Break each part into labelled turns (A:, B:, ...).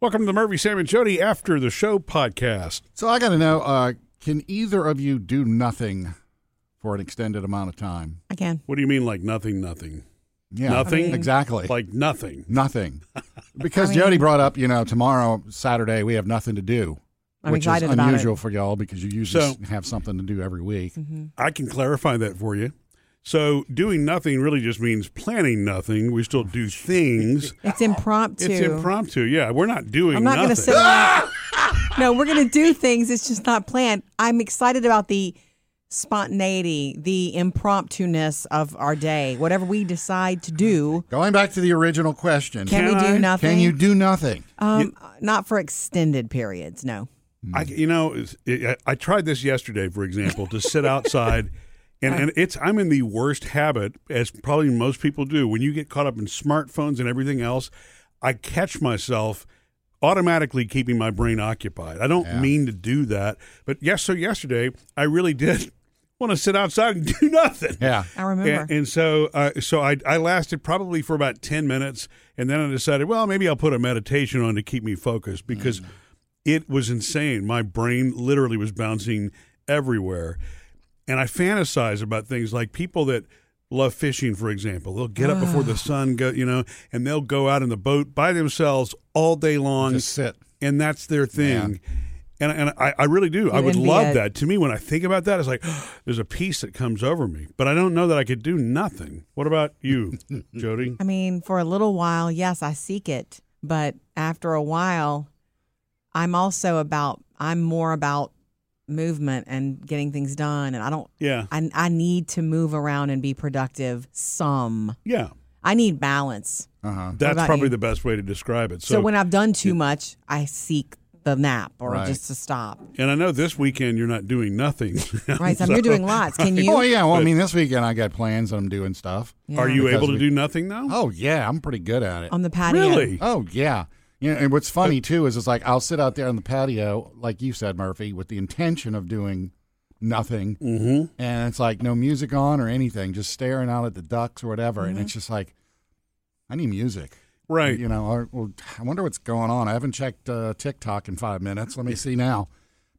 A: Welcome to the Murphy, Sam, and Jody After the Show podcast.
B: So I got to know uh, can either of you do nothing for an extended amount of time?
C: I can.
A: What do you mean, like nothing, nothing?
B: Yeah.
A: Nothing? I mean-
B: Exactly.
A: Like nothing.
B: nothing. Because
C: I mean-
B: Jody brought up, you know, tomorrow, Saturday, we have nothing to do.
C: I'm
B: which
C: excited
B: is
C: about it.
B: unusual for y'all because you usually
A: So-
B: s- have something to do every week.
C: Mm-hmm.
A: I can clarify that for you. So, doing nothing really just means planning nothing. We still do things.
C: It's impromptu.
A: It's impromptu. Yeah, we're not doing
C: I'm not
A: nothing.
C: going to sit around. no, we're going to do things. It's just not planned. I'm excited about the spontaneity, the impromptu-ness of our day. Whatever we decide to do,
B: Going back to the original question
C: can, we do
A: Can I?
C: nothing?
B: can you do nothing?
C: Um, not for extended periods. No.
A: I, you know, it's- it, I I tried this yesterday, for example, to sit outside, and, and it's I'm in the worst habit, as probably most people do, when you get caught up in smartphones and everything else. I catch myself automatically keeping my brain occupied. I don't mean to do that, but yes, so yesterday I really did want to sit outside and do nothing.
B: Yeah.
C: I remember.
A: And, and so, uh, so I, I lasted probably for about ten minutes, and then I decided, well, maybe I'll put a meditation on to keep me focused because it was insane. My brain literally was bouncing everywhere, and I fantasize about things like people that love fishing, for example. They'll get up before the sun go, you know, and they'll go out in the boat by themselves all day long,
B: Just sit.
A: and that's their thing. And, and I, I really do. I
C: You
A: would
C: envy
A: love
C: it.
A: that. To me, when I think about that, it's like there's a peace that comes over me, but I don't know that I could do nothing. What about you, Jody?
C: I mean, for a little while, yes, I seek it, but after a while, I'm also about I'm more about movement and getting things done, and I don't.
A: Yeah.
C: I, I need to move around and be productive some.
A: Yeah.
C: I need balance.
B: Uh-huh.
A: That's
C: about
A: probably
C: you?
A: the best way to describe it.
C: So,
A: So,
C: when I've done too much, I seek the nap or
B: Right.
C: just to stop.
A: and I know this weekend you're not doing nothing.
C: Right. So, you're doing lots. Can you?
B: Oh, yeah. Well, I mean, this weekend I got plans and I'm doing stuff.
C: Yeah.
A: Are you
B: Because
A: able to
B: we-
A: do nothing now?
B: Oh, yeah. I'm pretty good at it.
C: on the patio?
A: really?
B: Oh yeah. You know, and what's funny too is it's like I'll sit out there on the patio, like you said, Murphy, with the intention of doing nothing,
A: Mm-hmm.
B: and it's like no music on or anything, just staring out at the ducks or whatever, and it's just like I need music,
A: Mm-hmm. Right.
B: You know, or, well, I wonder what's going on. I haven't checked uh, TikTok in five minutes. Let me see now.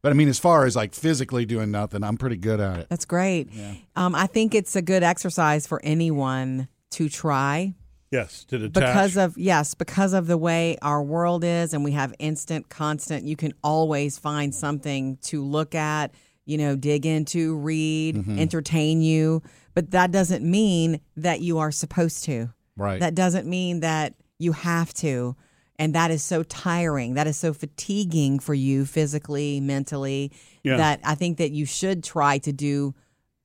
B: But I mean, as far as like physically doing nothing, I'm pretty good at it.
C: That's great. Um, I think it's a good exercise for anyone to try
A: Yes. To detach.
C: because of yes because of the way our world is and we have instant constant you can always find something to look at you know dig into read entertain you but that doesn't mean that you are supposed to
B: Right.
C: that doesn't mean that you have to and that is so tiring that is so fatiguing for you physically mentally
A: Yeah.
C: that i think that you should try to do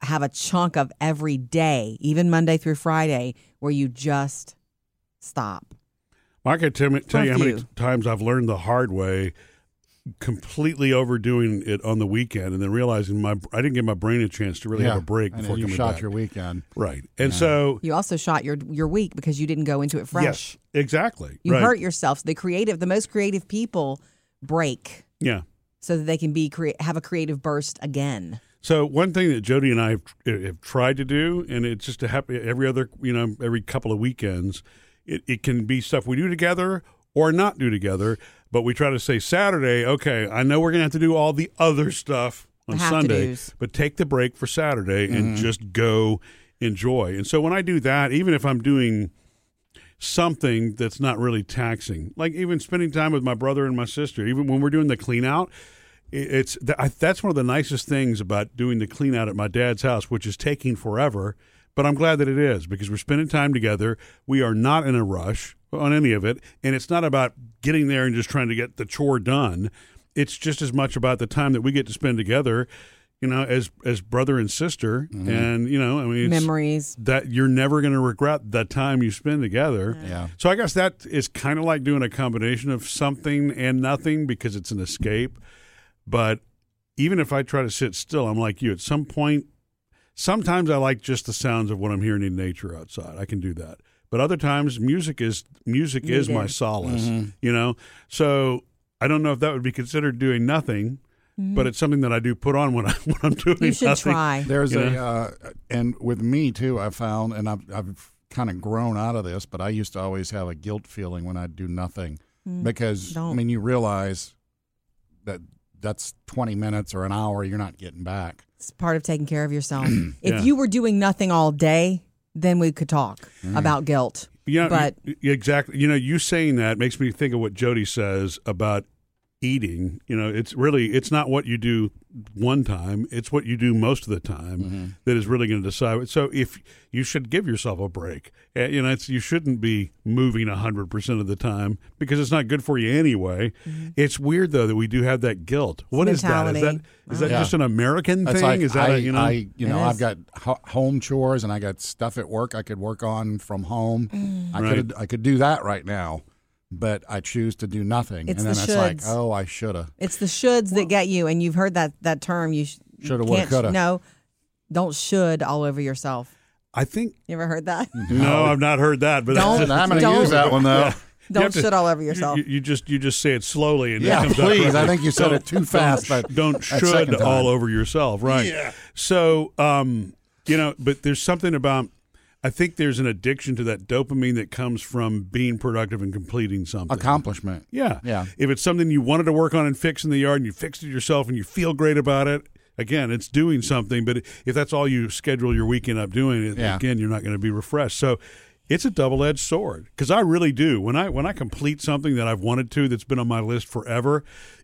C: have a chunk of every day even monday through friday where you just stop.
A: I could tell, me, tell you how many
C: Curfew.
A: times I've learned the hard way, completely overdoing it on the weekend, and then realizing my I didn't give my brain a chance to really
B: yeah.
A: have a break
B: I know,
A: before
B: you
A: coming
B: shot
A: back.
B: your weekend.
A: right, and so
C: You also shot your your week because you didn't go into it fresh.
A: yes, exactly.
C: You
A: right.
C: hurt yourself. The creative, the most creative people break
A: Yeah.
C: so that they can be crea- have a creative burst again.
A: So one thing that Jody and I have, have tried to do, and it's just to happen every other, you know, every couple of weekends, it, it can be stuff we do together or not do together, but we try to say Saturday, okay, I know we're gonna have to do all the other stuff on
C: The have to
A: Sunday,
C: do's.
A: but take the break for Saturday and just go enjoy. And so when I do that, even if I'm doing something that's not really taxing. Like even spending time with my brother and my sister, even when we're doing the clean out, i- it's th- I- that's one of the nicest things about doing the clean out at my dad's house, which is taking forever. But I'm glad that it is because we're spending time together. We are not in a rush on any of it, and it's not about getting there and just trying to get the chore done. It's just as much about the time that we get to spend together, you know, as as brother and sister, and you know, I mean, it's,
C: Memories.
A: that you're never going to regret the time you spend together.
B: Yeah.
A: So I guess that is kind of like doing a combination of something and nothing because it's an escape. But even if I try to sit still, I'm like you. At some point, sometimes I like just the sounds of what I'm hearing in nature outside. I can do that. But other times, music is music is my
C: Needed.
A: solace.
C: Mm-hmm.
B: Mm-hmm.
A: You know. So I don't know if that would be considered doing nothing, but it's something that I do put on when I when I'm doing.
C: Mm-hmm. You should
A: nothing.
C: try.
B: There's
A: You
B: a, uh, and with me too, I found, and I've, I've kind of grown out of this, but I used to always have a guilt feeling when I'd do nothing. because I
C: Mm, don't.
B: mean you realize that that's 20 minutes or an hour you're not getting back.
C: It's part of taking care of yourself.
A: Yeah.
C: If you were doing nothing all day, then we could talk about guilt.
A: Yeah,
C: But-
A: y- y- exactly. You know, you saying that makes me think of what Jody says about eating. You know, it's really it's not what you do one time; it's what you do most of the time
B: Mm-hmm.
A: that is really going to decide. So, if you should give yourself a break, Uh, you know, it's you shouldn't be moving hundred percent of the time because it's not good for you anyway. It's weird though that we do have that guilt. What is that? Is that
C: Mm-hmm. mentality.
A: is that
B: Wow.
A: just an American
B: That's
A: thing?
B: like
A: is that
B: I,
A: a, you know?
B: I you know
C: It
B: I've
C: is.
B: got ho- home chores and I got stuff at work I could work on from home.
C: Mm.
B: I could I could do that right now, but I choose to do nothing.
C: It's
B: and then
C: the
B: it's like,
C: shoulds.
B: oh, I shoulda.
C: It's the shoulds that get you, and you've heard that that term. You sh- you
B: Shoulda, woulda,
C: can't sh-
B: coulda.
C: No, don't should all over yourself.
A: I think
C: You ever heard that?
A: no, I've not heard that, but
C: Don't-
B: And I'm going to
C: Don't-
B: use that one though.
A: You have
C: don't
A: to-
C: shit all over
A: You-
C: yourself.
A: You, you just you just say it slowly and
B: Yeah,
A: it comes out
B: please.
A: correctly.
B: I think you said it too fast. But
A: don't
B: that second
A: should
B: time.
A: all over yourself, right?
B: Yeah.
A: So, um, you know, but there's something about. I think there's an addiction to that dopamine that comes from being productive and completing something.
B: accomplishment.
A: yeah,
B: Yeah.
A: If it's something you wanted to work on and fix in the yard, and you fixed it yourself, and you feel great about it. Again, it's doing something, but if that's all you schedule your weekend up doing, it,
B: Yeah.
A: again, you're not going to be refreshed. So, it's a double-edged sword because I really do. When I when I complete something that I've wanted to, that's been on my list forever,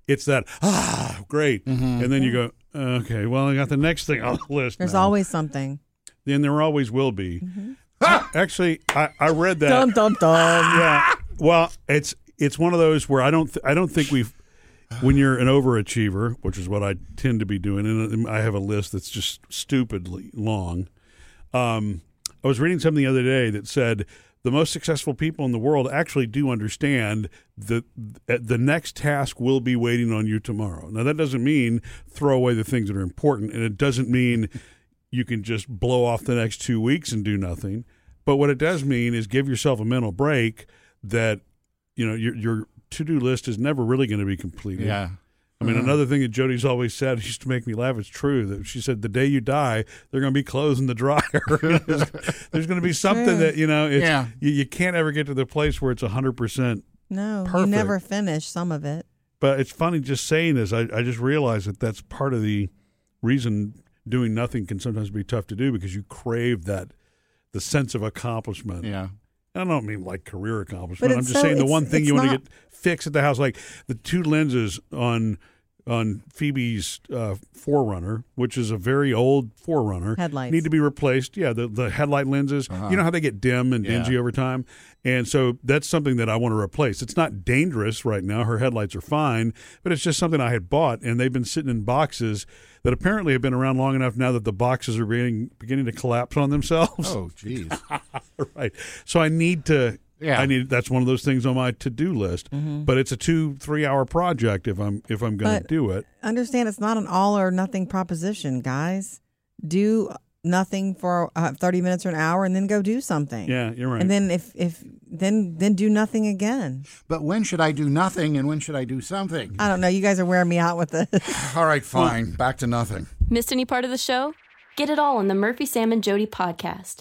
A: it's that ah great, and then you go okay. Well, I got the next thing on the list.
C: There's
A: now."
C: always something.
A: then there always will be. Actually, I, I read that.
C: Dum dum dum.
A: Yeah. Well, it's it's one of those where I don't th- I don't think we've when you're an overachiever, which is what I tend to be doing, and I have a list that's just stupidly long. Um, I was reading something the other day that said the most successful people in the world actually do understand that th- the next task will be waiting on you tomorrow. Now that doesn't mean throw away the things that are important, and it doesn't mean you can just blow off the next two weeks and do nothing. But what it does mean is give yourself a mental break that you know your your to do list is never really going to be completed.
B: Yeah.
A: I mean, another thing that Jody's always said it used to make me laugh. It's true that she said, "The day you die, they're going to be clothes in the dryer." there's going to be something that you know. It's,
B: Yeah.
A: you, you can't ever get to the place where it's hundred percent.
C: No,
A: Perfect.
C: you never finish some of it.
A: But it's funny just saying this. I, I just realized that that's part of the reason doing nothing can sometimes be tough to do because you crave that the sense of accomplishment.
B: Yeah.
A: I don't mean like career accomplishment.
C: But
A: I'm
C: it's
A: just
C: so-
A: saying the
C: it's-
A: one thing
C: it's
A: you want to
C: not-
A: get fixed at the house, like the two lenses on on Phoebe's uh, Forerunner, which is a very old Forerunner,
C: Headlights.
A: need to be replaced. Yeah, the the headlight lenses. You know how they get dim and
B: Yeah.
A: dingy over time, and so that's something that I want to replace. It's not dangerous right now. Her headlights are fine, but it's just something I had bought, and they've been sitting in boxes that apparently have been around long enough now that the boxes are beginning beginning to collapse on themselves.
B: Oh, jeez.
A: Right. So I need to.
B: Yeah.
A: I need. That's one of those things on my to do list. But it's a two three hour project if I'm if I'm going to
C: Mm-hmm. But-
A: do it.
C: Understand, it's not an all or nothing proposition, guys. Do nothing for uh, thirty minutes or an hour, and then go do something.
A: Yeah, you're right.
C: And then if if then then do nothing again.
B: But when should I do nothing and when should I do something?
C: I don't know. You guys are wearing me out with this.
B: All right, fine. Back to nothing.
D: Missed any part of the show? Get it all on the Murphy, Sam, and Jody podcast.